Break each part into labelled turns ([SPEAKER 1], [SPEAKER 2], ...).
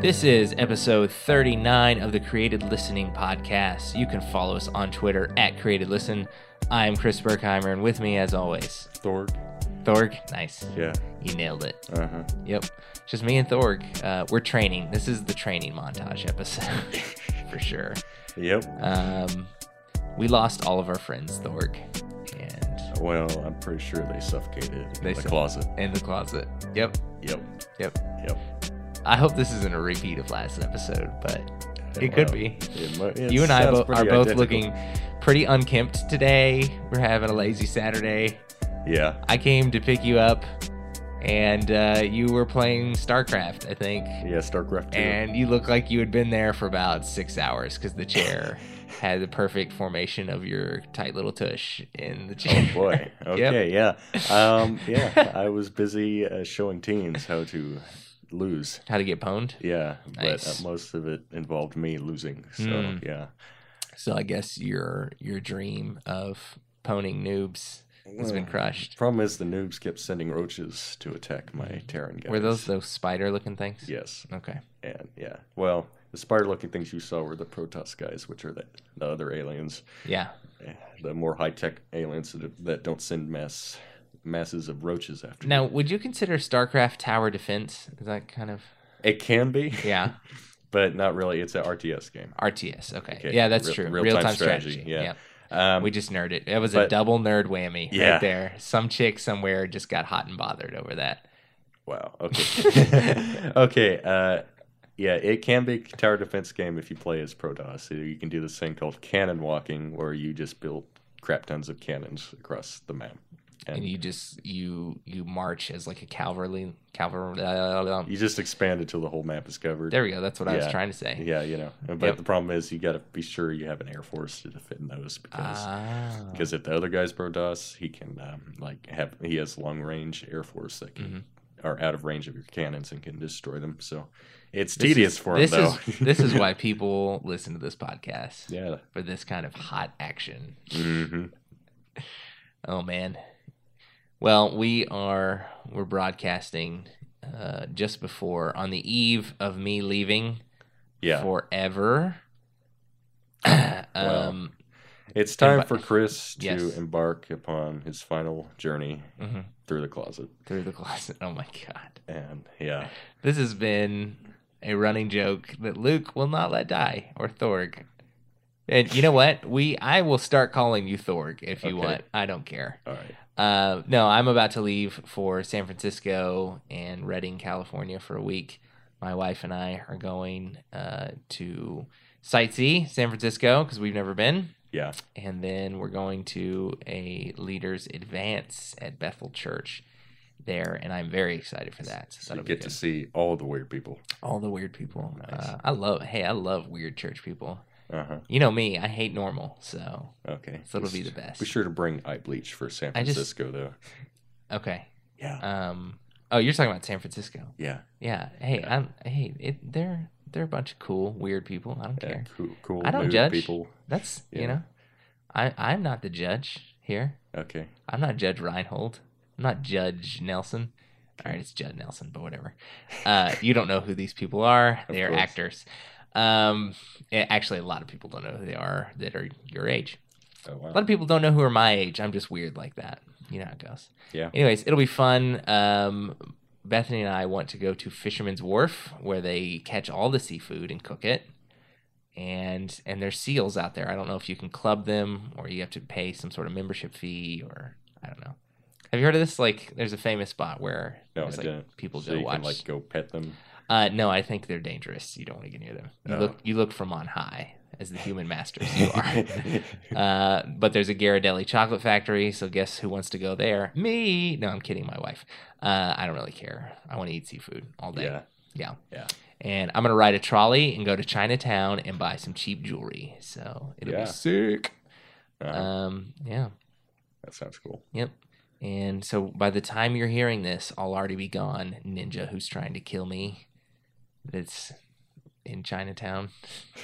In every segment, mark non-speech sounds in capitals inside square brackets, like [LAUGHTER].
[SPEAKER 1] This is episode 39 of the Created Listening Podcast. You can follow us on Twitter at Created Listen. I'm Chris Berkheimer, and with me, as always,
[SPEAKER 2] Thorg.
[SPEAKER 1] Thorg. Nice.
[SPEAKER 2] Yeah.
[SPEAKER 1] You nailed it.
[SPEAKER 2] Uh huh.
[SPEAKER 1] Yep. It's Just me and Thorg. Uh, we're training. This is the training montage episode [LAUGHS] for sure.
[SPEAKER 2] Yep.
[SPEAKER 1] Um, we lost all of our friends, Thorg, and
[SPEAKER 2] Well, I'm pretty sure they suffocated in
[SPEAKER 1] They
[SPEAKER 2] the
[SPEAKER 1] suff-
[SPEAKER 2] closet.
[SPEAKER 1] in the closet. Yep.
[SPEAKER 2] Yep.
[SPEAKER 1] Yep.
[SPEAKER 2] Yep.
[SPEAKER 1] I hope this isn't a repeat of last episode, but It could be.
[SPEAKER 2] it mu- it
[SPEAKER 1] you and I
[SPEAKER 2] sounds
[SPEAKER 1] bo-
[SPEAKER 2] pretty
[SPEAKER 1] are both
[SPEAKER 2] identical.
[SPEAKER 1] looking pretty unkempt today. We're having a lazy Saturday.
[SPEAKER 2] Yeah.
[SPEAKER 1] I came to pick you up, and uh, you were playing StarCraft, I think.
[SPEAKER 2] Yeah. Starcraft 2.
[SPEAKER 1] And you looked like you had been there for about six hours because the
[SPEAKER 2] [LAUGHS]
[SPEAKER 1] chair had the perfect formation of your tight little tush in the chair.
[SPEAKER 2] [LAUGHS] Oh boy. Okay. Yeah. Um. Yeah. I was busy uh, showing teens how to lose.
[SPEAKER 1] [LAUGHS] How to get pwned.
[SPEAKER 2] Yeah.
[SPEAKER 1] Nice.
[SPEAKER 2] But uh, most of it involved me losing. So
[SPEAKER 1] Mm.
[SPEAKER 2] yeah.
[SPEAKER 1] So I guess your your dream of pwning noobs has been
[SPEAKER 2] Uh,
[SPEAKER 1] crushed.
[SPEAKER 2] Problem is, the noobs kept sending roaches to attack my Terran guys.
[SPEAKER 1] Were those those spider looking things?
[SPEAKER 2] Yes.
[SPEAKER 1] Okay.
[SPEAKER 2] And yeah, well, the spider looking things you saw were the Protoss guys, which are the, the other aliens,
[SPEAKER 1] Yeah.
[SPEAKER 2] eh, the more high tech aliens that, that don't send mass masses of roaches after.
[SPEAKER 1] Now,
[SPEAKER 2] you.
[SPEAKER 1] would you consider StarCraft tower defense? Is that kind of
[SPEAKER 2] it can be, [LAUGHS]
[SPEAKER 1] yeah
[SPEAKER 2] but not really. It's an RTS game.
[SPEAKER 1] RTS? Okay,
[SPEAKER 2] Okay,
[SPEAKER 1] yeah, that's
[SPEAKER 2] real-
[SPEAKER 1] true.
[SPEAKER 2] real-time
[SPEAKER 1] Real time strategy.
[SPEAKER 2] strategy,
[SPEAKER 1] Yeah,
[SPEAKER 2] yeah. Um,
[SPEAKER 1] we just nerd it. That was a
[SPEAKER 2] but-
[SPEAKER 1] double nerd whammy
[SPEAKER 2] Yeah.
[SPEAKER 1] right there. Some chick somewhere just got hot and bothered over that.
[SPEAKER 2] wow. Okay. [LAUGHS] okay. Uh, yeah, it can be a tower defense game if you play as Protoss. You can do this thing called cannon walking, where you just build crap tons of cannons across the map.
[SPEAKER 1] And you just you you march as like a cavalry cavalry. blah, blah, blah.
[SPEAKER 2] You just expand until the whole map is covered.
[SPEAKER 1] There we go. That's what I was
[SPEAKER 2] Yeah.
[SPEAKER 1] trying to say.
[SPEAKER 2] Yeah, you know. But
[SPEAKER 1] Yep.
[SPEAKER 2] the problem is you got to be sure you have an air force to defend those because
[SPEAKER 1] Ah.
[SPEAKER 2] because if the other guy's Protoss, he can um, like have he has long range air force that can
[SPEAKER 1] Mm-hmm.
[SPEAKER 2] are out of range of your cannons and can destroy them. So it's
[SPEAKER 1] This
[SPEAKER 2] tedious
[SPEAKER 1] is-
[SPEAKER 2] for him
[SPEAKER 1] this
[SPEAKER 2] though.
[SPEAKER 1] Is, this
[SPEAKER 2] [LAUGHS]
[SPEAKER 1] is why people listen to this podcast
[SPEAKER 2] yeah.
[SPEAKER 1] for this kind of hot action.
[SPEAKER 2] hmm
[SPEAKER 1] Oh man. Well, we are we're broadcasting uh, just before on the eve of me leaving
[SPEAKER 2] Yeah.
[SPEAKER 1] forever. [CLEARS THROAT]
[SPEAKER 2] Well,
[SPEAKER 1] um,
[SPEAKER 2] it's time
[SPEAKER 1] Embar-
[SPEAKER 2] for Chris to
[SPEAKER 1] Yes.
[SPEAKER 2] embark upon his final journey
[SPEAKER 1] mhm,
[SPEAKER 2] through the closet.
[SPEAKER 1] through the closet. Oh my god,
[SPEAKER 2] And yeah,
[SPEAKER 1] this has been a running joke that Luke will not let die or Thorg. And you know what? We I will start calling you Thorg if you
[SPEAKER 2] Okay.
[SPEAKER 1] want. I don't care.
[SPEAKER 2] all right.
[SPEAKER 1] Uh, no, I'm about to leave for San Francisco and Redding, California for a week. My wife and I are going uh, to sightsee San Francisco because we've never been.
[SPEAKER 2] Yeah.
[SPEAKER 1] And then we're going to a leaders advance at Bethel Church there. And I'm very excited for that. So
[SPEAKER 2] So you
[SPEAKER 1] that'll
[SPEAKER 2] get
[SPEAKER 1] be
[SPEAKER 2] to
[SPEAKER 1] good.
[SPEAKER 2] see all the weird people.
[SPEAKER 1] all the weird people.
[SPEAKER 2] Nice.
[SPEAKER 1] Uh, I love, hey, I love weird church people.
[SPEAKER 2] Uh huh.
[SPEAKER 1] You know me, I hate normal. So,
[SPEAKER 2] Okay.
[SPEAKER 1] so it'll be the
[SPEAKER 2] Just
[SPEAKER 1] best.
[SPEAKER 2] Be sure to bring eye bleach for San
[SPEAKER 1] I just-
[SPEAKER 2] Francisco though.
[SPEAKER 1] Okay.
[SPEAKER 2] Yeah.
[SPEAKER 1] Um, oh, you're talking about San Francisco.
[SPEAKER 2] Yeah,
[SPEAKER 1] Yeah. Hey,
[SPEAKER 2] Yeah.
[SPEAKER 1] I'm hey, it, they're they're a bunch of cool, weird people. I don't
[SPEAKER 2] yeah,
[SPEAKER 1] care.
[SPEAKER 2] cool, cool.
[SPEAKER 1] I don't
[SPEAKER 2] mood
[SPEAKER 1] judge.
[SPEAKER 2] people.
[SPEAKER 1] That's you
[SPEAKER 2] Yeah.
[SPEAKER 1] know, I I'm not the judge here.
[SPEAKER 2] Okay,
[SPEAKER 1] I'm not Judge Reinhold. I'm not Judge Nelson. All right, it's Judd Nelson, but whatever.
[SPEAKER 2] [LAUGHS]
[SPEAKER 1] Uh, you don't know who these people are.
[SPEAKER 2] Of
[SPEAKER 1] They are
[SPEAKER 2] course.
[SPEAKER 1] actors. Um, a- actually, a lot of people don't know who they are that are your age.
[SPEAKER 2] oh wow,
[SPEAKER 1] A lot of people don't know who are my age. I'm just weird like that. You know how it goes.
[SPEAKER 2] Yeah.
[SPEAKER 1] Anyways, it'll be fun. Um, Bethany and I want to go to Fisherman's Wharf where they catch all the seafood and cook it. And and there's seals out there. I don't know if you can club them or you have to pay some sort of membership fee or I don't know. Have you heard of this? Like, there's a famous spot where
[SPEAKER 2] No,
[SPEAKER 1] there's,
[SPEAKER 2] I
[SPEAKER 1] like,
[SPEAKER 2] didn't.
[SPEAKER 1] people
[SPEAKER 2] so
[SPEAKER 1] go
[SPEAKER 2] you
[SPEAKER 1] watch.
[SPEAKER 2] can like go pet them.
[SPEAKER 1] Uh, no, I think they're dangerous. You don't want to get near them. You
[SPEAKER 2] Oh.
[SPEAKER 1] look you look from on high as the human masters [LAUGHS] you
[SPEAKER 2] [LAUGHS]
[SPEAKER 1] are. Uh, but there's a Ghirardelli chocolate factory, so guess who wants to go there? Me. No, I'm kidding. My wife. Uh, I don't really care. I want to eat seafood all day.
[SPEAKER 2] yeah,
[SPEAKER 1] yeah.
[SPEAKER 2] Yeah.
[SPEAKER 1] And I'm gonna ride a trolley and go to Chinatown and buy some cheap jewelry. So it'll
[SPEAKER 2] Yeah.
[SPEAKER 1] be sick.
[SPEAKER 2] Uh-huh.
[SPEAKER 1] Um, yeah.
[SPEAKER 2] that sounds cool.
[SPEAKER 1] Yep. And so by the time you're hearing this, I'll already be gone. Ninja, who's trying to kill me, that's in Chinatown. [LAUGHS]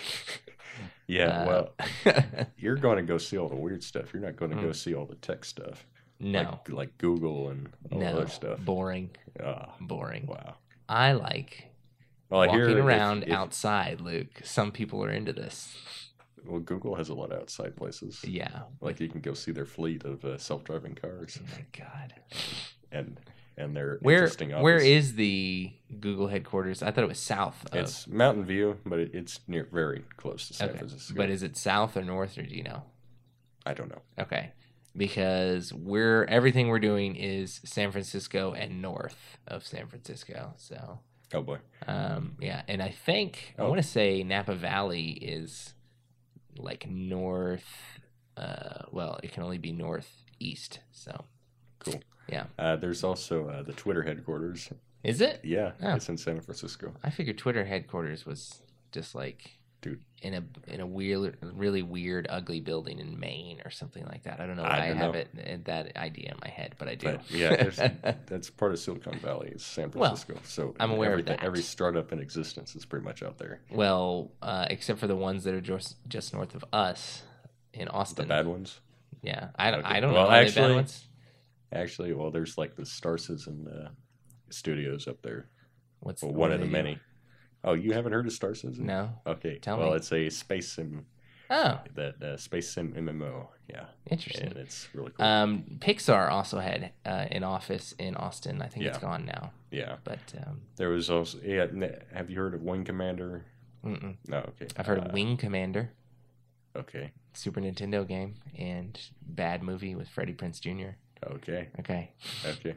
[SPEAKER 2] Yeah,
[SPEAKER 1] Uh, [LAUGHS]
[SPEAKER 2] well, you're going to go see all the weird stuff. You're not going to go see all the tech stuff,
[SPEAKER 1] Mm. no,
[SPEAKER 2] like, like Google and all
[SPEAKER 1] no,
[SPEAKER 2] other stuff.
[SPEAKER 1] boring,
[SPEAKER 2] Ah,
[SPEAKER 1] boring.
[SPEAKER 2] wow,
[SPEAKER 1] I like
[SPEAKER 2] Well, I
[SPEAKER 1] walking
[SPEAKER 2] hear if-
[SPEAKER 1] around
[SPEAKER 2] if-
[SPEAKER 1] outside, Luke. Some people are into this.
[SPEAKER 2] Well, Google has a lot of outside places.
[SPEAKER 1] Yeah.
[SPEAKER 2] Like you can go see their fleet of uh, self-driving cars
[SPEAKER 1] Oh my God.
[SPEAKER 2] and and their
[SPEAKER 1] Where
[SPEAKER 2] interesting office.
[SPEAKER 1] where is the Google headquarters? I thought it was south of,
[SPEAKER 2] It's Mountain View, but it, it's near very close to San
[SPEAKER 1] Uh, Okay.
[SPEAKER 2] Francisco.
[SPEAKER 1] but is it south or north or do you know?
[SPEAKER 2] I don't know.
[SPEAKER 1] Okay. Because we're everything we're doing is San Francisco and north of San Francisco. So
[SPEAKER 2] Oh boy.
[SPEAKER 1] um yeah, and I think I
[SPEAKER 2] Oh.
[SPEAKER 1] wanna say Napa Valley is like north uh well, it can only be northeast, so
[SPEAKER 2] Uh, there's also uh, the Twitter headquarters.
[SPEAKER 1] is it?
[SPEAKER 2] Yeah,
[SPEAKER 1] Oh.
[SPEAKER 2] it's in San Francisco.
[SPEAKER 1] I figured Twitter headquarters was just like
[SPEAKER 2] Dude.
[SPEAKER 1] in a in a weird, really weird, ugly building in Maine or something like that. I don't know
[SPEAKER 2] I
[SPEAKER 1] why I,
[SPEAKER 2] don't
[SPEAKER 1] have
[SPEAKER 2] know.
[SPEAKER 1] it it that idea in my head, but I do.
[SPEAKER 2] But yeah, there's,
[SPEAKER 1] [LAUGHS]
[SPEAKER 2] that's part of Silicon Valley. It's San
[SPEAKER 1] Well,
[SPEAKER 2] Francisco. so
[SPEAKER 1] I'm aware of
[SPEAKER 2] everything-
[SPEAKER 1] that.
[SPEAKER 2] Every startup in existence is pretty much out there.
[SPEAKER 1] well, uh, except for the ones that are just just north of us in
[SPEAKER 2] The
[SPEAKER 1] Austin.
[SPEAKER 2] bad ones,
[SPEAKER 1] yeah, I don't.
[SPEAKER 2] Okay.
[SPEAKER 1] I don't
[SPEAKER 2] Well,
[SPEAKER 1] know. Are they bad
[SPEAKER 2] actually-
[SPEAKER 1] ones?
[SPEAKER 2] actually. Well, there's like the Star Citizen uh, studios up there.
[SPEAKER 1] What's
[SPEAKER 2] Well,
[SPEAKER 1] what
[SPEAKER 2] one
[SPEAKER 1] do
[SPEAKER 2] of the
[SPEAKER 1] they do?
[SPEAKER 2] many. Oh, you haven't heard of Star Citizen?
[SPEAKER 1] No.
[SPEAKER 2] Okay.
[SPEAKER 1] Tell
[SPEAKER 2] well,
[SPEAKER 1] me.
[SPEAKER 2] it's a space sim
[SPEAKER 1] Oh,
[SPEAKER 2] that uh, space sim MMO. Yeah, and
[SPEAKER 1] interesting.
[SPEAKER 2] it's really cool.
[SPEAKER 1] Um, Pixar also had uh, an office in Austin. I think it's
[SPEAKER 2] Yeah.
[SPEAKER 1] gone now,
[SPEAKER 2] yeah,
[SPEAKER 1] but um,
[SPEAKER 2] there was also. Yeah, n- have you heard of Wing Commander?
[SPEAKER 1] mm-mm.
[SPEAKER 2] No. Okay.
[SPEAKER 1] I've heard
[SPEAKER 2] Uh,
[SPEAKER 1] Wing Commander.
[SPEAKER 2] Okay.
[SPEAKER 1] Super Nintendo game and bad movie with Freddie Prince Jr.
[SPEAKER 2] Okay. [LAUGHS]
[SPEAKER 1] Okay.
[SPEAKER 2] Okay.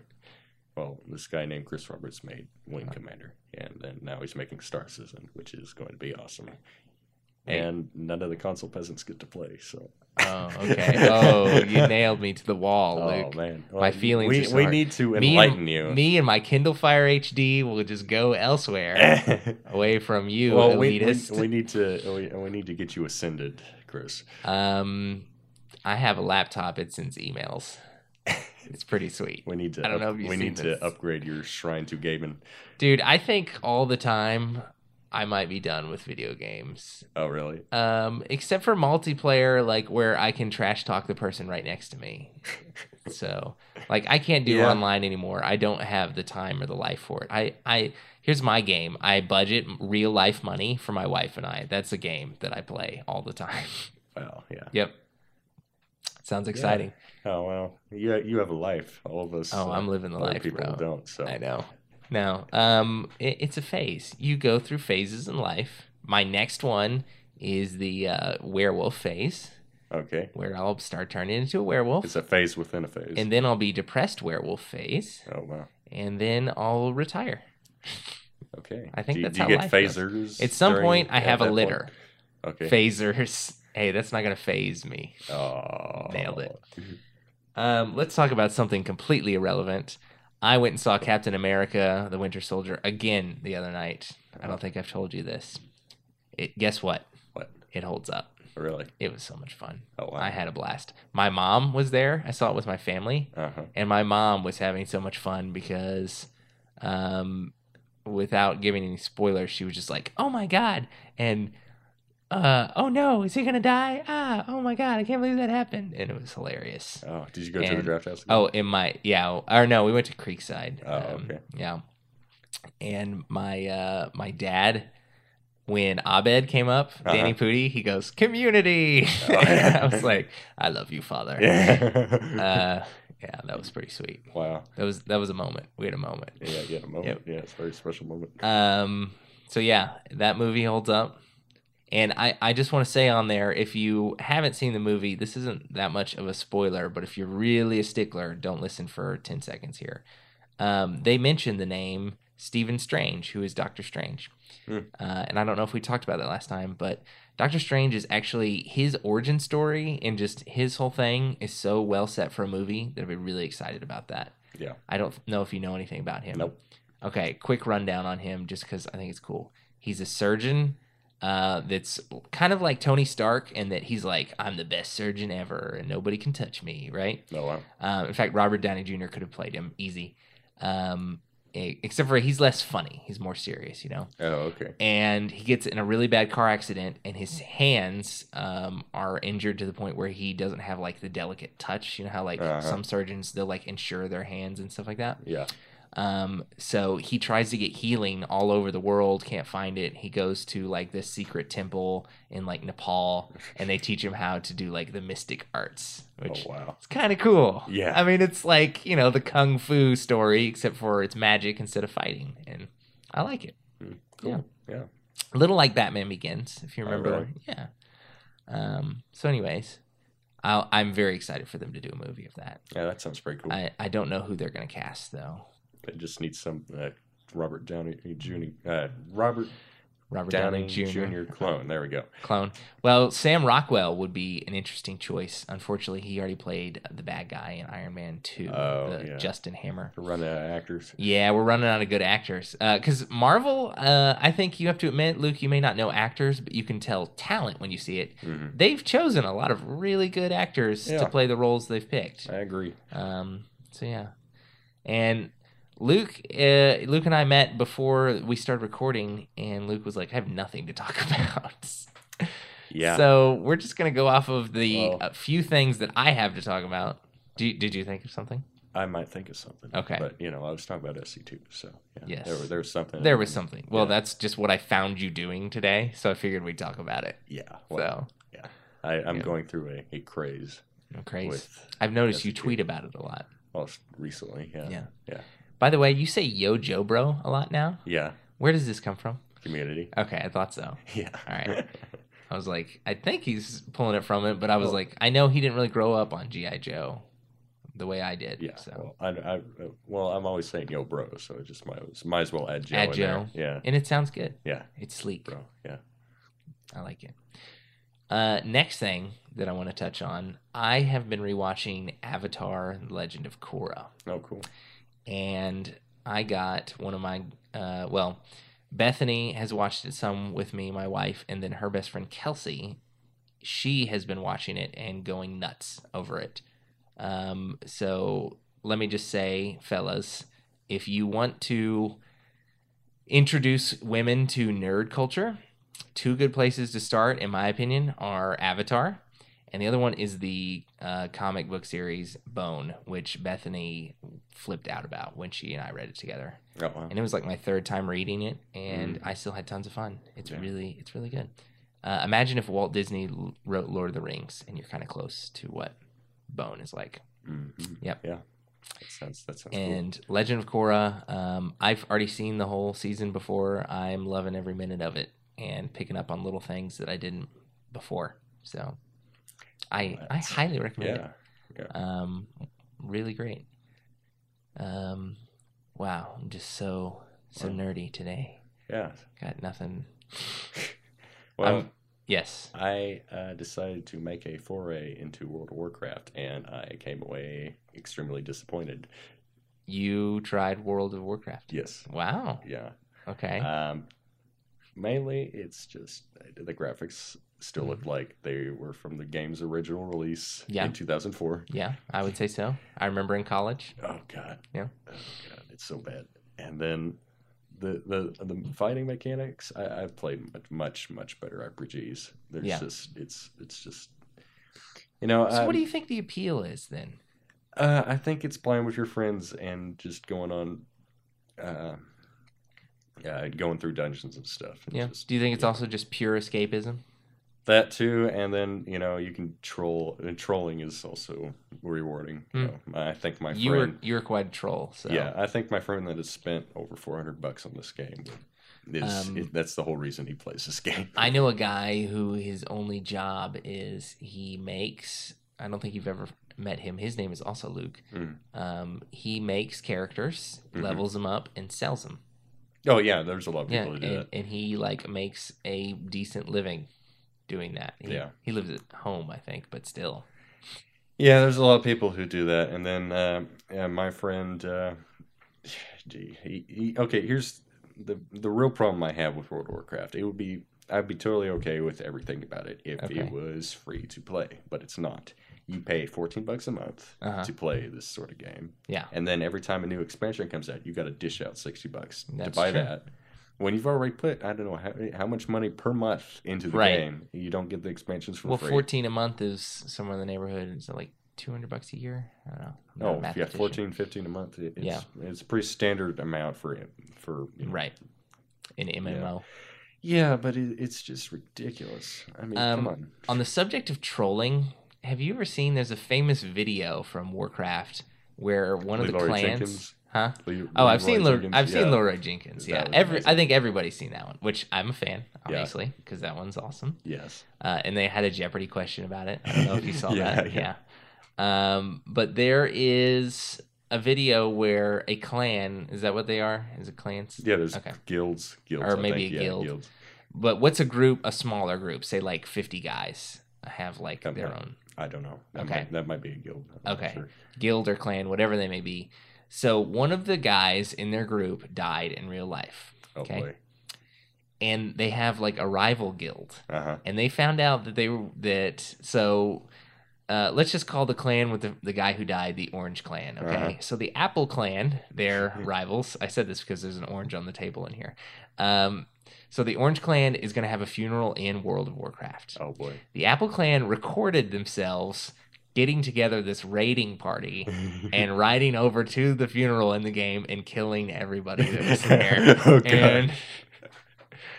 [SPEAKER 2] Well, this guy named Chris Roberts made Wing
[SPEAKER 1] Uh-huh.
[SPEAKER 2] Commander, and then now he's making Star Citizen, which is going to be awesome.
[SPEAKER 1] Wait.
[SPEAKER 2] And none of the console peasants get to play. So.
[SPEAKER 1] Oh, okay. Oh, you nailed me to the wall,
[SPEAKER 2] Oh
[SPEAKER 1] Luke.
[SPEAKER 2] man,
[SPEAKER 1] My feelings
[SPEAKER 2] We,
[SPEAKER 1] are so
[SPEAKER 2] we
[SPEAKER 1] hard.
[SPEAKER 2] need to
[SPEAKER 1] Me
[SPEAKER 2] enlighten
[SPEAKER 1] and,
[SPEAKER 2] you. [LAUGHS]
[SPEAKER 1] Me and my Kindle Fire HD will just go
[SPEAKER 2] [LAUGHS]
[SPEAKER 1] elsewhere, away from you,
[SPEAKER 2] well, we, we,
[SPEAKER 1] elitist.
[SPEAKER 2] we need to we, we need to get you ascended, Chris.
[SPEAKER 1] um, I have a laptop. It sends
[SPEAKER 2] [LAUGHS]
[SPEAKER 1] emails. It's pretty sweet,
[SPEAKER 2] We need to.
[SPEAKER 1] I don't know
[SPEAKER 2] up-
[SPEAKER 1] if you've
[SPEAKER 2] we
[SPEAKER 1] seen
[SPEAKER 2] need
[SPEAKER 1] this.
[SPEAKER 2] to upgrade your shrine to Gaben.
[SPEAKER 1] dude. I think all the time I might be done with video games,
[SPEAKER 2] Oh really?
[SPEAKER 1] um, except for multiplayer, like where I can trash talk the person right next to me. so, like, I can't do
[SPEAKER 2] Yeah.
[SPEAKER 1] online anymore. I don't have the time or the life for it. I, I here's my game. I budget real life money for my wife and I. That's a game that I play all the time. [LAUGHS]
[SPEAKER 2] Well, yeah.
[SPEAKER 1] yep. Sounds exciting.
[SPEAKER 2] Oh well, you you have a life. All of us. uh,
[SPEAKER 1] Oh, I'm living the
[SPEAKER 2] other
[SPEAKER 1] life,
[SPEAKER 2] people
[SPEAKER 1] bro.
[SPEAKER 2] don't. So
[SPEAKER 1] I know. No, um, it, it's a phase. You go through phases in life. My next one is the uh, werewolf phase,
[SPEAKER 2] okay,
[SPEAKER 1] where I'll start turning into a werewolf.
[SPEAKER 2] it's a phase within a phase.
[SPEAKER 1] and then I'll be depressed werewolf phase,
[SPEAKER 2] oh wow.
[SPEAKER 1] and then I'll retire.
[SPEAKER 2] Okay.
[SPEAKER 1] I think
[SPEAKER 2] do, you-
[SPEAKER 1] that's
[SPEAKER 2] do you
[SPEAKER 1] how
[SPEAKER 2] get
[SPEAKER 1] life goes.
[SPEAKER 2] phasers.
[SPEAKER 1] At some
[SPEAKER 2] during-
[SPEAKER 1] point, I
[SPEAKER 2] at
[SPEAKER 1] have a
[SPEAKER 2] that point?
[SPEAKER 1] litter.
[SPEAKER 2] Okay.
[SPEAKER 1] Phasers. Hey, that's not gonna phase me.
[SPEAKER 2] oh,
[SPEAKER 1] Nailed it. Um, let's talk about something completely irrelevant. I went and saw Captain America: The Winter Soldier again the other night. I don't think I've told you this. It, guess what?
[SPEAKER 2] What?
[SPEAKER 1] It holds up.
[SPEAKER 2] Oh, Really?
[SPEAKER 1] It was so much fun.
[SPEAKER 2] Oh wow.
[SPEAKER 1] I had a blast. My mom was there. I saw it with my family.
[SPEAKER 2] Uh huh.
[SPEAKER 1] and my mom was having so much fun because um without giving any spoilers she was just like oh my god and uh oh no is he gonna die ah oh my god i can't believe that happened and it was hilarious
[SPEAKER 2] Oh, did you go to the
[SPEAKER 1] And-
[SPEAKER 2] draft house? again?
[SPEAKER 1] oh in my yeah or no we went to creekside um,
[SPEAKER 2] Oh, okay.
[SPEAKER 1] yeah and my uh my dad when Abed came up, Danny Pudi, he goes, Community.
[SPEAKER 2] Uh-huh. Oh.
[SPEAKER 1] And [LAUGHS] I was like, I love you, father.
[SPEAKER 2] [LAUGHS] Yeah.
[SPEAKER 1] Uh, yeah, that was pretty sweet.
[SPEAKER 2] [LAUGHS] wow.
[SPEAKER 1] That was that was a moment. We had a moment.
[SPEAKER 2] Yeah, yeah, a moment. Yeah, it's a very special moment.
[SPEAKER 1] Um. So yeah, that movie holds up. And I, I just want to say on there, if you haven't seen the movie, this isn't that much of a spoiler, but if you're really a stickler, don't listen for 10 seconds here. Um, they mention the name Stephen Strange, who is Doctor Strange.
[SPEAKER 2] Hmm.
[SPEAKER 1] Uh, and I don't know if we talked about that last time, but Doctor Strange is actually his origin story and just his whole thing is so well set for a movie that I'd be really excited about that.
[SPEAKER 2] Yeah.
[SPEAKER 1] I don't know if you know anything about him.
[SPEAKER 2] Nope.
[SPEAKER 1] Okay, quick rundown on him just because I think it's cool. He's a surgeon uh, that's kind of like Tony Stark and that he's like, I'm the best surgeon ever and nobody can touch me, right?
[SPEAKER 2] Oh wow.
[SPEAKER 1] Um, in fact, Robert Downey Jr. could have played him easy, um, e- except for he's less funny. He's more serious, you know?
[SPEAKER 2] Oh okay.
[SPEAKER 1] and he gets in a really bad car accident and his hands um, are injured to the point where he doesn't have like the delicate touch you know how like
[SPEAKER 2] Uh-huh.
[SPEAKER 1] some surgeons they'll like insure their hands and stuff like that
[SPEAKER 2] Yeah.
[SPEAKER 1] Um, so he tries to get healing all over the world, can't find it. He goes to like this secret temple in like Nepal, and they teach him how to do like the mystic arts, which
[SPEAKER 2] oh wow.
[SPEAKER 1] it's kind of cool.
[SPEAKER 2] Yeah.
[SPEAKER 1] I mean, it's like you know the kung fu story, except for it's magic instead of fighting, and I like it.
[SPEAKER 2] Hmm, Cool. Yeah.
[SPEAKER 1] A little like Batman Begins, if you
[SPEAKER 2] Oh,
[SPEAKER 1] remember.
[SPEAKER 2] really?
[SPEAKER 1] Yeah. Um. So, anyways, I'll, I'm very excited for them to do a movie of that.
[SPEAKER 2] Yeah, that sounds pretty cool.
[SPEAKER 1] I I don't know who they're gonna cast though.
[SPEAKER 2] They just need some uh, Robert Downey Jr. Uh, Robert
[SPEAKER 1] Robert
[SPEAKER 2] Downey,
[SPEAKER 1] Downey, Jr.
[SPEAKER 2] Jr. clone. There we go.
[SPEAKER 1] clone. Well, Sam Rockwell would be an interesting choice. Unfortunately, he already played the bad guy in Iron Man 2,
[SPEAKER 2] Oh,
[SPEAKER 1] the
[SPEAKER 2] yeah.
[SPEAKER 1] Justin Hammer.
[SPEAKER 2] Run out of actors.
[SPEAKER 1] Yeah, we're running out of good actors. Because Marvel, uh, I think you have to admit, Luke, you may not know actors, but you can tell talent when you see it.
[SPEAKER 2] hmm
[SPEAKER 1] They've chosen a lot of really good actors
[SPEAKER 2] Yeah.
[SPEAKER 1] to play the roles they've picked.
[SPEAKER 2] I agree.
[SPEAKER 1] Um, so yeah, and Luke, uh, Luke and I met before we started recording, and Luke was like, "I have nothing to talk [LAUGHS] about."
[SPEAKER 2] Yeah.
[SPEAKER 1] So we're just gonna go off of the
[SPEAKER 2] Well-
[SPEAKER 1] uh, few things that I have to talk about. Do you, did you think of something?
[SPEAKER 2] I might think of something.
[SPEAKER 1] Okay.
[SPEAKER 2] But, you know, I was talking about SC2, so. Yeah.
[SPEAKER 1] Yes.
[SPEAKER 2] There, was- there was something.
[SPEAKER 1] There was something. Well,
[SPEAKER 2] Yeah.
[SPEAKER 1] that's just what I found you doing today, so I figured we'd talk about it.
[SPEAKER 2] Yeah. Well,
[SPEAKER 1] so
[SPEAKER 2] I, I'm
[SPEAKER 1] yeah.
[SPEAKER 2] going through a, a craze
[SPEAKER 1] no craze.
[SPEAKER 2] with,
[SPEAKER 1] I've noticed you
[SPEAKER 2] that's
[SPEAKER 1] tweet about it a lot.
[SPEAKER 2] well, s- recently. Yeah.
[SPEAKER 1] Yeah.
[SPEAKER 2] Yeah.
[SPEAKER 1] By the way, you say "Yo, Joe, bro" a lot now. Where does this come from?
[SPEAKER 2] Community. [LAUGHS]
[SPEAKER 1] Okay, I thought so.
[SPEAKER 2] Yeah.
[SPEAKER 1] All right. I was like, I think he's pulling it from it, but I was
[SPEAKER 2] Oh.
[SPEAKER 1] like, I know he didn't really grow up on GI Joe, the way I did.
[SPEAKER 2] [LAUGHS] yeah.
[SPEAKER 1] So,
[SPEAKER 2] Well, I, I, well, I'm always saying yo, bro, so it just might, might as well add Joe.
[SPEAKER 1] Add
[SPEAKER 2] in
[SPEAKER 1] Joe.
[SPEAKER 2] There. Yeah.
[SPEAKER 1] and it sounds good.
[SPEAKER 2] Yeah.
[SPEAKER 1] It's sleek.
[SPEAKER 2] Bro. Yeah.
[SPEAKER 1] I like it. Uh, next thing that I want to touch on, I have been rewatching Avatar: The Legend of Korra,
[SPEAKER 2] Oh, cool.
[SPEAKER 1] and I got one of my uh, well, Bethany has watched it some with me, my wife, and then her best friend Kelsey. She has been watching it and going nuts over it. Um, so let me just say, fellas, if you want to introduce women to nerd culture, two good places to start, in my opinion, are Avatar, and the other one is the uh, comic book series Bone, which Bethany flipped out about when she and I read it together
[SPEAKER 2] Oh, wow.
[SPEAKER 1] and it was like my third time reading it and i still had tons of fun it's
[SPEAKER 2] Mm. Yeah.
[SPEAKER 1] really it's really good uh, imagine if walt disney l- wrote lord of the rings and you're kind of close to what bone is like
[SPEAKER 2] Mm-hmm.
[SPEAKER 1] Yep.
[SPEAKER 2] Yeah. That sounds, that sounds cool.
[SPEAKER 1] and legend of korra um, i've already seen the whole season before i'm loving every minute of it and picking up on little things that i didn't before so i i
[SPEAKER 2] That's-
[SPEAKER 1] highly recommend it
[SPEAKER 2] Yeah.
[SPEAKER 1] Um, really great. Um, wow, I'm just so so
[SPEAKER 2] Wow.
[SPEAKER 1] nerdy today.
[SPEAKER 2] Yeah.
[SPEAKER 1] Got nothing.
[SPEAKER 2] Well,
[SPEAKER 1] I'm- Yes.
[SPEAKER 2] I uh, decided to make a foray into World of Warcraft, and I came away extremely disappointed.
[SPEAKER 1] You tried World of Warcraft.
[SPEAKER 2] Yes.
[SPEAKER 1] Wow.
[SPEAKER 2] Yeah.
[SPEAKER 1] Okay.
[SPEAKER 2] Um, mainly, it's just the graphics still look like they were from the game's original release
[SPEAKER 1] Mm-hmm. Yeah.
[SPEAKER 2] in 2004.
[SPEAKER 1] yeah, I would say so. I remember in college.
[SPEAKER 2] Oh god.
[SPEAKER 1] Yeah.
[SPEAKER 2] Oh god, it's so bad. And then the the the fighting mechanics, I, I've played much much much better RPGs. There's
[SPEAKER 1] Yeah.
[SPEAKER 2] just it's it's just you know. uh,
[SPEAKER 1] So,
[SPEAKER 2] I,
[SPEAKER 1] what do you think the appeal is then?
[SPEAKER 2] uh, I think it's playing with your friends and just going on. Uh, uh, going through dungeons and stuff. and
[SPEAKER 1] Yeah.
[SPEAKER 2] just-
[SPEAKER 1] Do you think it's
[SPEAKER 2] yeah.
[SPEAKER 1] also just pure escapism?
[SPEAKER 2] that too? And then you know you can troll. And trolling is also rewarding. You
[SPEAKER 1] Hmm.
[SPEAKER 2] know, I think my
[SPEAKER 1] you
[SPEAKER 2] friend.
[SPEAKER 1] were you were quite a troll. So
[SPEAKER 2] Yeah, I think my friend that has spent over 400 bucks on this game is
[SPEAKER 1] Um,
[SPEAKER 2] it- that's the whole reason he plays this [LAUGHS] game.
[SPEAKER 1] I know a guy who his only job is he makes. I don't think you've ever met him. His name is also Luke.
[SPEAKER 2] Mm.
[SPEAKER 1] Um, he makes characters,
[SPEAKER 2] Mhm.
[SPEAKER 1] levels them up, and sells them.
[SPEAKER 2] Oh yeah, there's a lot of
[SPEAKER 1] Yeah,
[SPEAKER 2] people who do
[SPEAKER 1] and, and he like makes a decent living doing that. He,
[SPEAKER 2] Yeah.
[SPEAKER 1] he lives at home, I think, but still.
[SPEAKER 2] that. Yeah, there's a lot of people who do that. And then uh, yeah, my friend, uh, [SIGHS] gee, he, he, okay, here's the the real problem I have with World of Warcraft. It would be I'd be totally okay with everything about it if
[SPEAKER 1] Okay.
[SPEAKER 2] it was free to play, but it's not. You pay 14 bucks a month
[SPEAKER 1] Uh-huh.
[SPEAKER 2] to play this sort of game.
[SPEAKER 1] Yeah.
[SPEAKER 2] And then every time a new expansion comes out, you got to dish out 60 bucks to
[SPEAKER 1] That's
[SPEAKER 2] buy
[SPEAKER 1] true.
[SPEAKER 2] that. When you've already put, I don't know, how, how much money per month into the
[SPEAKER 1] Right.
[SPEAKER 2] game, you don't get the expansions for
[SPEAKER 1] Well,
[SPEAKER 2] free.
[SPEAKER 1] fourteen a month is somewhere in the neighborhood. It's like 200 bucks a year. I don't know. I'm not a
[SPEAKER 2] Oh, yeah,
[SPEAKER 1] mathematician.
[SPEAKER 2] 14, 15 a month. It, it's, it's a pretty standard amount for it. For you know.
[SPEAKER 1] Right. In MMO.
[SPEAKER 2] Yeah, but it, it's just ridiculous. I mean,
[SPEAKER 1] Um,
[SPEAKER 2] come on.
[SPEAKER 1] On the subject of trolling, have you ever seen there's a famous video from Warcraft where one of the
[SPEAKER 2] Leroy
[SPEAKER 1] clans
[SPEAKER 2] Jenkins.
[SPEAKER 1] Huh?
[SPEAKER 2] Le-
[SPEAKER 1] Oh, I've
[SPEAKER 2] Leroy
[SPEAKER 1] seen Leroy,
[SPEAKER 2] Jenkins,
[SPEAKER 1] I've
[SPEAKER 2] yeah.
[SPEAKER 1] seen Leroy Jenkins.
[SPEAKER 2] That
[SPEAKER 1] Yeah,
[SPEAKER 2] was
[SPEAKER 1] every I
[SPEAKER 2] amazing.
[SPEAKER 1] think everybody's seen that one, which I'm a fan,
[SPEAKER 2] Yeah.
[SPEAKER 1] obviously, because that one's awesome.
[SPEAKER 2] Yes.
[SPEAKER 1] Uh, and they had a Jeopardy question about it. I don't know if you saw
[SPEAKER 2] [LAUGHS] Yeah,
[SPEAKER 1] that. Yeah. Um, but there is a video where a clan is that what they are? Is it clans?
[SPEAKER 2] Yeah, there's
[SPEAKER 1] Okay.
[SPEAKER 2] guilds, guilds,
[SPEAKER 1] Or
[SPEAKER 2] I
[SPEAKER 1] maybe
[SPEAKER 2] think,
[SPEAKER 1] a
[SPEAKER 2] yeah,
[SPEAKER 1] guild.
[SPEAKER 2] guilds.
[SPEAKER 1] But what's a group? A smaller group, say like 50 guys, have like
[SPEAKER 2] That
[SPEAKER 1] their
[SPEAKER 2] might-
[SPEAKER 1] own
[SPEAKER 2] I don't know. That
[SPEAKER 1] Okay.
[SPEAKER 2] might, that might be a guild. I'm not
[SPEAKER 1] Okay.
[SPEAKER 2] sure.
[SPEAKER 1] guild or clan, whatever they may be. So one of the guys in their group died in real life,
[SPEAKER 2] Oh
[SPEAKER 1] Okay.
[SPEAKER 2] boy.
[SPEAKER 1] and they have like a rival guild.
[SPEAKER 2] Uh huh.
[SPEAKER 1] and they found out that they were that so uh, let's just call the clan with the, the guy who died the orange clan okay
[SPEAKER 2] Uh-huh.
[SPEAKER 1] so the apple clan their rivals i said this because there's an orange on the table in here um, so the orange clan is going to have a funeral in world of warcraft
[SPEAKER 2] Oh boy.
[SPEAKER 1] the apple clan recorded themselves getting together this raiding party [LAUGHS] and riding over to the funeral in the game and killing everybody that
[SPEAKER 2] [LAUGHS]
[SPEAKER 1] was there
[SPEAKER 2] Oh, God.
[SPEAKER 1] and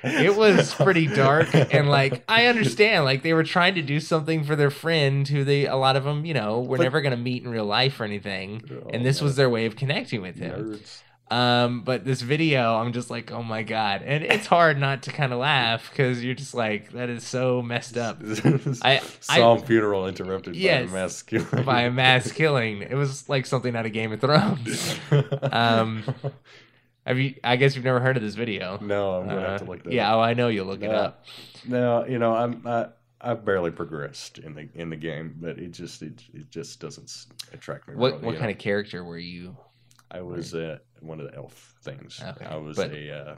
[SPEAKER 1] it was
[SPEAKER 2] [LAUGHS]
[SPEAKER 1] pretty dark and like i understand like they were trying to do something for their friend who they a lot of them you know were
[SPEAKER 2] But-
[SPEAKER 1] never going to meet in real life or anything
[SPEAKER 2] Oh,
[SPEAKER 1] and this
[SPEAKER 2] man.
[SPEAKER 1] was their way of connecting with him
[SPEAKER 2] Nerds.
[SPEAKER 1] um but this video i'm just like oh my god and it's hard not to kind of laugh because you're just like that is so messed
[SPEAKER 2] [LAUGHS]
[SPEAKER 1] up I-
[SPEAKER 2] Psalm funeral interrupted
[SPEAKER 1] Yes.
[SPEAKER 2] by a mass killing.
[SPEAKER 1] by a
[SPEAKER 2] [LAUGHS]
[SPEAKER 1] mass killing it was like something out of game of thrones Um, have you i guess you've never heard of this video
[SPEAKER 2] [LAUGHS] no, I'm gonna have to
[SPEAKER 1] Uh,
[SPEAKER 2] look that
[SPEAKER 1] yeah
[SPEAKER 2] up.
[SPEAKER 1] oh i know you'll look it
[SPEAKER 2] No.
[SPEAKER 1] up
[SPEAKER 2] No, you know, I'm I, I've barely progressed in the in the game, but it just it, it just doesn't s- attract me.
[SPEAKER 1] What what kind of character were you?
[SPEAKER 2] I was uh, one of the elf things.
[SPEAKER 1] Okay,
[SPEAKER 2] I was
[SPEAKER 1] but-
[SPEAKER 2] a uh,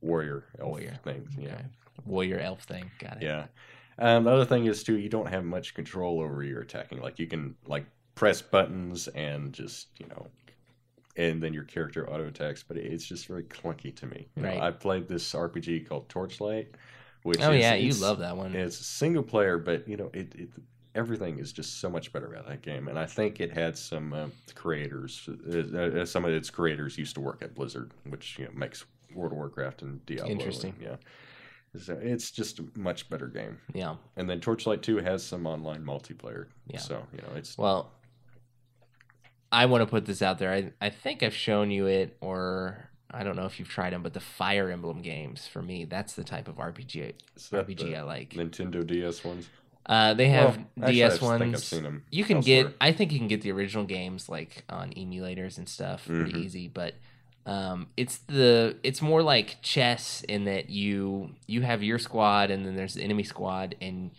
[SPEAKER 2] warrior elf
[SPEAKER 1] Warrior,
[SPEAKER 2] thing. Yeah.
[SPEAKER 1] Okay. Warrior elf thing. Got it.
[SPEAKER 2] Yeah. Um, the other thing is too, you don't have much control over your attacking. Like you can like press buttons and just you know, and then your character auto attacks. But it's just very clunky to me. You know,
[SPEAKER 1] Right.
[SPEAKER 2] I played this RPG called Torchlight, which
[SPEAKER 1] Oh
[SPEAKER 2] is,
[SPEAKER 1] yeah, you
[SPEAKER 2] it's-
[SPEAKER 1] love that one.
[SPEAKER 2] It's single player, but you know it. it Everything is just so much better about that game, and I think it had some uh, creators. Uh, uh, some of its creators used to work at Blizzard, which you know, makes World of Warcraft and Diablo.
[SPEAKER 1] Interesting.
[SPEAKER 2] yeah, so it's just a much better game.
[SPEAKER 1] yeah.
[SPEAKER 2] And then Torchlight 2 has some online multiplayer.
[SPEAKER 1] Yeah.
[SPEAKER 2] So, you know, it's
[SPEAKER 1] Well, I want to put this out there. I I think I've shown you it, or I don't know if you've tried them, but the Fire Emblem games for me, that's the type of RPG
[SPEAKER 2] it's not
[SPEAKER 1] RPG I like.
[SPEAKER 2] the Nintendo DS ones.
[SPEAKER 1] Uh, they have
[SPEAKER 2] Well, actually,
[SPEAKER 1] DS
[SPEAKER 2] I
[SPEAKER 1] ones.
[SPEAKER 2] think I've seen them.
[SPEAKER 1] you can
[SPEAKER 2] elsewhere.
[SPEAKER 1] get i think you can get the original games like on emulators and stuff pretty
[SPEAKER 2] Mhm.
[SPEAKER 1] easy but um, it's the it's more like chess in that you you have your squad and then there's the enemy squad and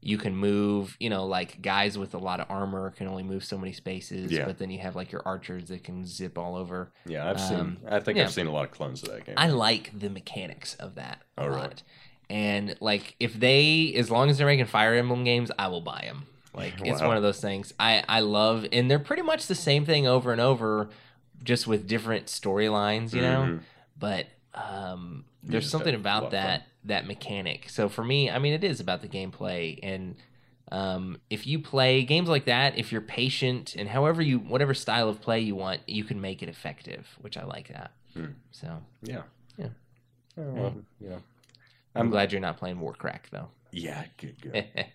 [SPEAKER 1] you can move you know like guys with a lot of armor can only move so many spaces
[SPEAKER 2] Yeah.
[SPEAKER 1] but then you have like your archers that can zip all over
[SPEAKER 2] Yeah, I've
[SPEAKER 1] um,
[SPEAKER 2] seen. I think
[SPEAKER 1] yeah.
[SPEAKER 2] I've seen a lot of clones of that game.
[SPEAKER 1] I like the mechanics of that a
[SPEAKER 2] Oh, really?
[SPEAKER 1] lot. And like if they as long as they're making Fire Emblem games, I will buy them. Like it's
[SPEAKER 2] Wow.
[SPEAKER 1] one of those things I I love and they're pretty much the same thing over and over just with different storylines, you know?
[SPEAKER 2] Mhm.
[SPEAKER 1] But um
[SPEAKER 2] You
[SPEAKER 1] there's
[SPEAKER 2] just
[SPEAKER 1] something
[SPEAKER 2] have a lot
[SPEAKER 1] about
[SPEAKER 2] of
[SPEAKER 1] that that mechanic. So for me, I mean it is about the gameplay and um, if you play games like that, if you're patient and however you, whatever style of play you want, you can make it effective, which I like that.
[SPEAKER 2] Hmm.
[SPEAKER 1] So
[SPEAKER 2] Yeah.
[SPEAKER 1] Yeah. Mm-hmm.
[SPEAKER 2] Oh, well, yeah.
[SPEAKER 1] I'm
[SPEAKER 2] I'm-
[SPEAKER 1] glad you're not playing Warcrack though.
[SPEAKER 2] Yeah, good, good.
[SPEAKER 1] yeah,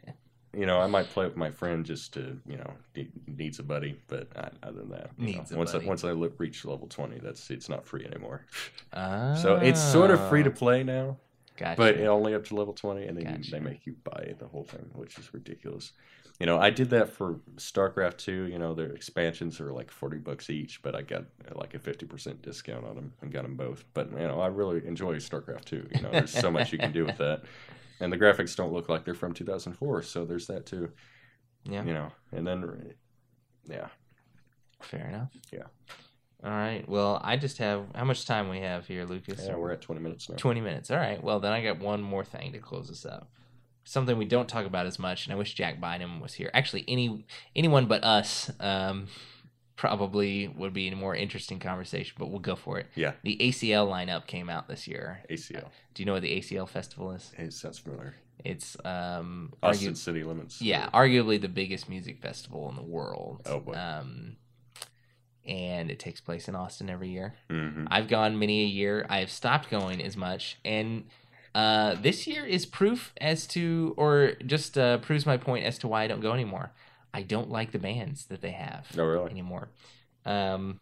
[SPEAKER 2] you know, I might play with my friend just to, you know, he needs a buddy, but I, other than that, you
[SPEAKER 1] Needs a
[SPEAKER 2] know, once
[SPEAKER 1] buddy.
[SPEAKER 2] I once I li- reach level 20, that's it's not free anymore.
[SPEAKER 1] [LAUGHS]
[SPEAKER 2] So, it's sort of
[SPEAKER 1] Ah.
[SPEAKER 2] free to play now.
[SPEAKER 1] Gotcha.
[SPEAKER 2] but only up to level 20 and then
[SPEAKER 1] Gotcha.
[SPEAKER 2] you, they make you buy the whole thing which is ridiculous you know i did that for starcraft 2 you know their expansions are like 40 bucks each but i got uh, like a 50% discount on them and got them both but you know i really enjoy starcraft 2 you know there's so much you can do
[SPEAKER 1] [LAUGHS]
[SPEAKER 2] with that and the graphics don't look like they're from 2004 so there's that too
[SPEAKER 1] yeah,
[SPEAKER 2] you know and then yeah
[SPEAKER 1] fair enough.
[SPEAKER 2] Yeah.
[SPEAKER 1] All right. Well, I just have how much time we have here, Lucas?
[SPEAKER 2] yeah we're at 20 minutes now
[SPEAKER 1] Twenty minutes. All right. Well, then I got one more thing to close this up. Something we don't talk about as much, and I wish Jack Bynum was here. Actually, any anyone but us um, probably would be a more interesting conversation, but we'll go for it.
[SPEAKER 2] Yeah.
[SPEAKER 1] The ACL lineup came out this year.
[SPEAKER 2] ACL.
[SPEAKER 1] Do you know what the ACL festival is?
[SPEAKER 2] It sounds familiar.
[SPEAKER 1] It's um
[SPEAKER 2] Austin
[SPEAKER 1] argu-
[SPEAKER 2] City Limits.
[SPEAKER 1] yeah, arguably the biggest music festival in the world.
[SPEAKER 2] Oh, boy.
[SPEAKER 1] Um and it takes place in Austin every year.
[SPEAKER 2] hmm
[SPEAKER 1] I've gone many a year. I've stopped going as much, and uh, this year is proof as to, or just uh, proves my point as to why I don't go anymore. I don't like the bands that they have
[SPEAKER 2] Oh, really?
[SPEAKER 1] anymore. Um,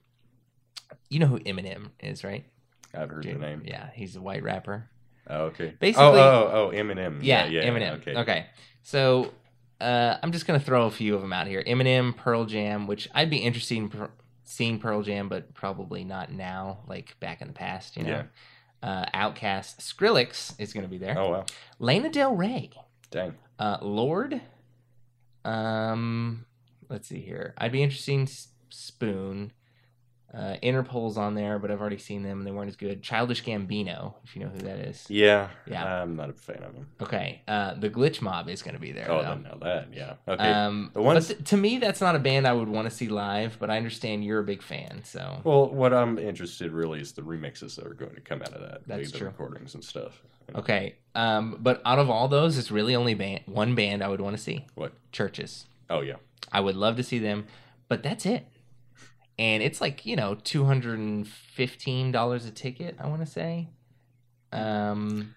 [SPEAKER 1] you know who Eminem is, right?
[SPEAKER 2] I've heard the name.
[SPEAKER 1] Yeah, he's a white rapper.
[SPEAKER 2] Oh, okay.
[SPEAKER 1] Basically-
[SPEAKER 2] oh, oh, oh, Eminem.
[SPEAKER 1] Yeah, Eminem. Okay, so. Uh, I'm just gonna throw a few of them out here. Eminem, Pearl Jam, which I'd be interested in per- seeing Pearl Jam, but probably not now. Like back in the past, you know.
[SPEAKER 2] Yeah.
[SPEAKER 1] uh, Outcast, Skrillex is going to be there.
[SPEAKER 2] Oh, wow.
[SPEAKER 1] Lana Del Rey,
[SPEAKER 2] Dang.
[SPEAKER 1] uh, Lord. Um, let's see here. I'd be interested in S- Spoon. Uh, Interpol's on there, but I've already seen them and they weren't as good. Childish Gambino, if you know who that is.
[SPEAKER 2] Yeah.
[SPEAKER 1] Yeah.
[SPEAKER 2] I'm not a fan of him.
[SPEAKER 1] Okay, uh, the Glitch Mob is going to be there.
[SPEAKER 2] Oh,
[SPEAKER 1] though.
[SPEAKER 2] then now that. Yeah. Okay.
[SPEAKER 1] Um,
[SPEAKER 2] The ones-
[SPEAKER 1] but th- to me, that's not a band I would want to see live, but I understand you're a big fan, so
[SPEAKER 2] well, what I'm interested really is the remixes that are going to come out of that.
[SPEAKER 1] That's
[SPEAKER 2] like the
[SPEAKER 1] true.
[SPEAKER 2] recordings and stuff.
[SPEAKER 1] okay. Um, but out of all those, it's really only band one band I would want to see.
[SPEAKER 2] What?
[SPEAKER 1] Churches.
[SPEAKER 2] Oh, yeah.
[SPEAKER 1] I would love to see them, but that's it. And it's like you know two hundred and fifteen dollars a ticket. I want to say. Um,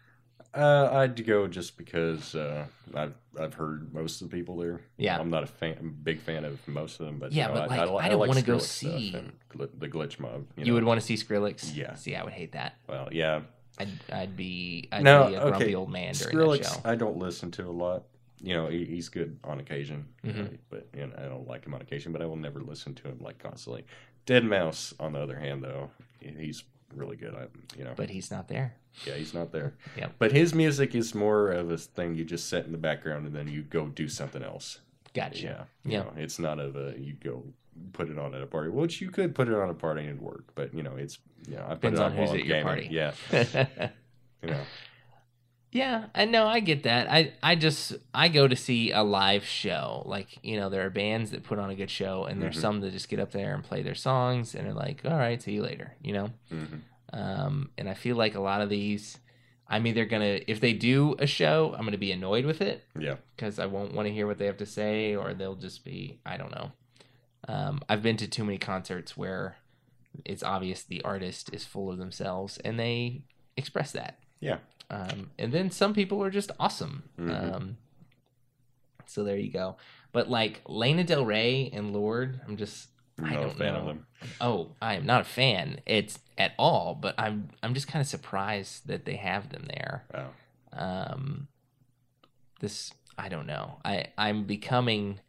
[SPEAKER 2] Uh, I'd go just because uh, I've I've heard most of the people there.
[SPEAKER 1] Yeah.
[SPEAKER 2] I'm not a fan, big fan of most of them, but
[SPEAKER 1] Yeah,
[SPEAKER 2] you know,
[SPEAKER 1] but,
[SPEAKER 2] I,
[SPEAKER 1] like,
[SPEAKER 2] I, li-
[SPEAKER 1] I
[SPEAKER 2] I
[SPEAKER 1] don't
[SPEAKER 2] like
[SPEAKER 1] wanna go
[SPEAKER 2] Skrillex stuff
[SPEAKER 1] see-
[SPEAKER 2] and gl- the glitch mob.
[SPEAKER 1] you,
[SPEAKER 2] You, know?
[SPEAKER 1] would want to see Skrillex.
[SPEAKER 2] Yeah.
[SPEAKER 1] See, I would hate that.
[SPEAKER 2] well, yeah.
[SPEAKER 1] I'd, I'd be I'd
[SPEAKER 2] No,
[SPEAKER 1] be a grumpy
[SPEAKER 2] okay.
[SPEAKER 1] old man during that show.
[SPEAKER 2] Skrillex, I don't listen to a lot. You know, he, he's good on occasion,
[SPEAKER 1] Mhm.
[SPEAKER 2] right? but and I don't like him on occasion. But I will never listen to him like constantly. Dead Mouse, on the other hand, though, he- he's really good. I, you know,
[SPEAKER 1] But he's not there.
[SPEAKER 2] yeah, he's not there.
[SPEAKER 1] Yep.
[SPEAKER 2] But his music is more of a thing you just set in the background and then you go do something else.
[SPEAKER 1] Gotcha.
[SPEAKER 2] Yeah.
[SPEAKER 1] Yeah.
[SPEAKER 2] You know, it's not of a you go put it on at a party, which you could put it on a party and it'd work, but you know, it's you know, I put
[SPEAKER 1] Depends
[SPEAKER 2] it
[SPEAKER 1] on
[SPEAKER 2] on,
[SPEAKER 1] who's
[SPEAKER 2] while
[SPEAKER 1] at
[SPEAKER 2] I'm
[SPEAKER 1] your
[SPEAKER 2] gaming.
[SPEAKER 1] party. [LAUGHS]
[SPEAKER 2] Yeah. You know.
[SPEAKER 1] Yeah, I know. I get that. I I just I go to see a live show. Like you know, there are bands that put on a good show, and there's
[SPEAKER 2] Mhm.
[SPEAKER 1] some that just get up there and play their songs, and are like, "All right, see you later," you know.
[SPEAKER 2] Mhm.
[SPEAKER 1] Um, and I feel like a lot of these, I'm either gonna if they do a show, I'm gonna be annoyed with it
[SPEAKER 2] Yeah.
[SPEAKER 1] because I won't want to hear what they have to say, or they'll just be I don't know. Um, I've been to too many concerts where it's obvious the artist is full of themselves and they express that.
[SPEAKER 2] Yeah.
[SPEAKER 1] Um, and then some people are just awesome.
[SPEAKER 2] Mhm.
[SPEAKER 1] Um, so there you go. But like Lana Del Rey and Lord, I'm just I
[SPEAKER 2] not a
[SPEAKER 1] don't
[SPEAKER 2] fan
[SPEAKER 1] know.
[SPEAKER 2] of them.
[SPEAKER 1] Oh, I am not a fan. It's at all, but I'm I'm just kind of surprised that they have them there.
[SPEAKER 2] Wow.
[SPEAKER 1] Um, this I don't know. I I'm becoming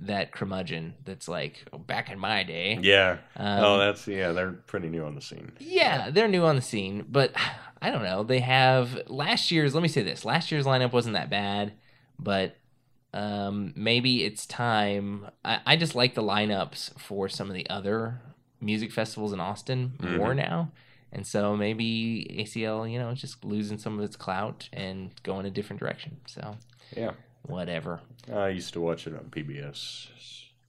[SPEAKER 1] that curmudgeon that's like oh, back in my day.
[SPEAKER 2] Yeah.
[SPEAKER 1] Um,
[SPEAKER 2] oh, that's yeah, they're pretty new on the scene.
[SPEAKER 1] yeah, they're new on the scene, but [SIGHS] I don't know. They have last year's. Let me say this: last year's lineup wasn't that bad, but um, maybe it's time. I, I just like the lineups for some of the other music festivals in Austin
[SPEAKER 2] Mm-hmm.
[SPEAKER 1] more now, and so maybe ACL, you know, is just losing some of its clout and going a different direction. So
[SPEAKER 2] Yeah. [LAUGHS]
[SPEAKER 1] whatever.
[SPEAKER 2] I used to watch it on PBS.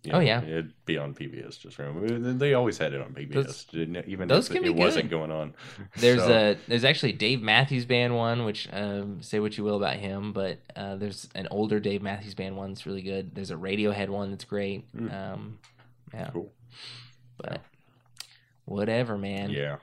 [SPEAKER 2] You
[SPEAKER 1] Oh, yeah.
[SPEAKER 2] it'd be on PBS. Just remember, they always had it on PBS,
[SPEAKER 1] Those-
[SPEAKER 2] didn't it? even
[SPEAKER 1] those
[SPEAKER 2] if
[SPEAKER 1] can be
[SPEAKER 2] it wasn't
[SPEAKER 1] good.
[SPEAKER 2] going on.
[SPEAKER 1] There's
[SPEAKER 2] So,
[SPEAKER 1] a there's actually a Dave Matthews Band one, which um, say what you will about him, but uh, there's an older Dave Matthews Band one that's really good. There's a Radiohead one that's great.
[SPEAKER 2] Mm.
[SPEAKER 1] Um, yeah,
[SPEAKER 2] cool.
[SPEAKER 1] but whatever, man.
[SPEAKER 2] yeah,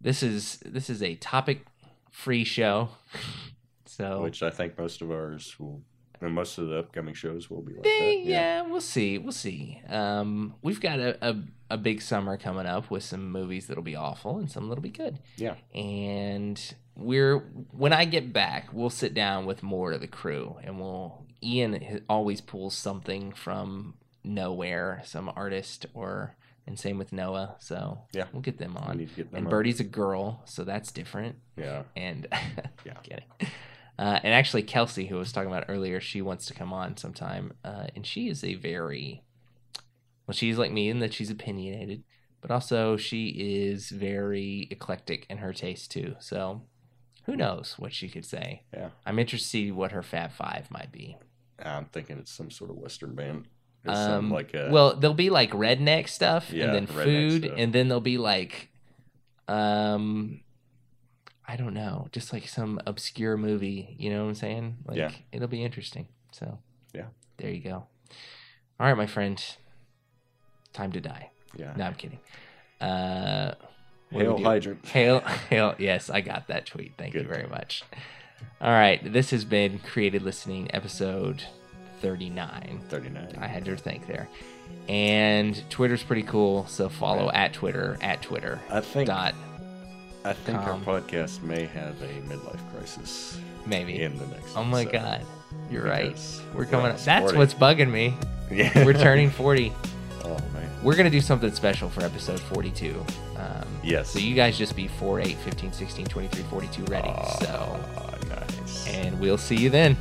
[SPEAKER 1] This is this is a topic free show, [LAUGHS] so
[SPEAKER 2] which I think most of ours will, and most of the upcoming shows will be like
[SPEAKER 1] they,
[SPEAKER 2] that.
[SPEAKER 1] yeah. we'll see, we'll see. Um, we've got a, a a big summer coming up with some movies that'll be awful and some that'll be good.
[SPEAKER 2] yeah.
[SPEAKER 1] and we're when I get back, we'll sit down with more of the crew, and we'll Ian h- always pulls something from nowhere, some artist or and same with Noah. So
[SPEAKER 2] Yeah.
[SPEAKER 1] we'll get them
[SPEAKER 2] I
[SPEAKER 1] on.
[SPEAKER 2] need to get them.
[SPEAKER 1] And
[SPEAKER 2] up.
[SPEAKER 1] Birdie's a girl, so that's different.
[SPEAKER 2] Yeah.
[SPEAKER 1] And [LAUGHS]
[SPEAKER 2] Yeah.
[SPEAKER 1] kidding. Uh, and actually, Kelsey, who I was talking about earlier, she wants to come on sometime, uh, and she is a very well, she's like me in that she's opinionated, but also she is very eclectic in her taste too. So who knows what she could say?
[SPEAKER 2] Yeah.
[SPEAKER 1] I'm interested to see what her Fab Five might be.
[SPEAKER 2] I'm thinking it's some sort of Western band. Or some, like a,
[SPEAKER 1] Um, well, there'll be like redneck stuff,
[SPEAKER 2] Yeah,
[SPEAKER 1] and then
[SPEAKER 2] redneck
[SPEAKER 1] food,
[SPEAKER 2] stuff.
[SPEAKER 1] and then there'll be like, um, I don't know, just like some obscure movie. You know what I'm saying? Like,
[SPEAKER 2] Yeah.
[SPEAKER 1] It'll be interesting. So
[SPEAKER 2] Yeah.
[SPEAKER 1] there you go. All right, my friend. Time to die.
[SPEAKER 2] yeah.
[SPEAKER 1] No, I'm kidding. Uh, what do we
[SPEAKER 2] Hail
[SPEAKER 1] do?
[SPEAKER 2] hydrant.
[SPEAKER 1] Hail, hail. Yes, I got that tweet. Thank you
[SPEAKER 2] Good.
[SPEAKER 1] very much. All right. This has been Created Listening, episode 39.
[SPEAKER 2] 39.
[SPEAKER 1] I had your thank there. And Twitter's pretty cool. So follow at Twitter, at Twitter.
[SPEAKER 2] I think
[SPEAKER 1] dot
[SPEAKER 2] I think
[SPEAKER 1] com.
[SPEAKER 2] our podcast may have a midlife crisis
[SPEAKER 1] maybe.
[SPEAKER 2] in the next.
[SPEAKER 1] oh my
[SPEAKER 2] episode.
[SPEAKER 1] God. You're right.
[SPEAKER 2] Because
[SPEAKER 1] We're
[SPEAKER 2] we're
[SPEAKER 1] coming
[SPEAKER 2] not
[SPEAKER 1] up. That's
[SPEAKER 2] sporty.
[SPEAKER 1] what's bugging me.
[SPEAKER 2] [LAUGHS] Yeah.
[SPEAKER 1] We're turning 40.
[SPEAKER 2] oh man.
[SPEAKER 1] We're going to do something special for episode 42. Um,
[SPEAKER 2] Yes.
[SPEAKER 1] So you guys just be 4, 8, 15, 16, 23, 42 ready. so,
[SPEAKER 2] Ah, nice.
[SPEAKER 1] and we'll see you then.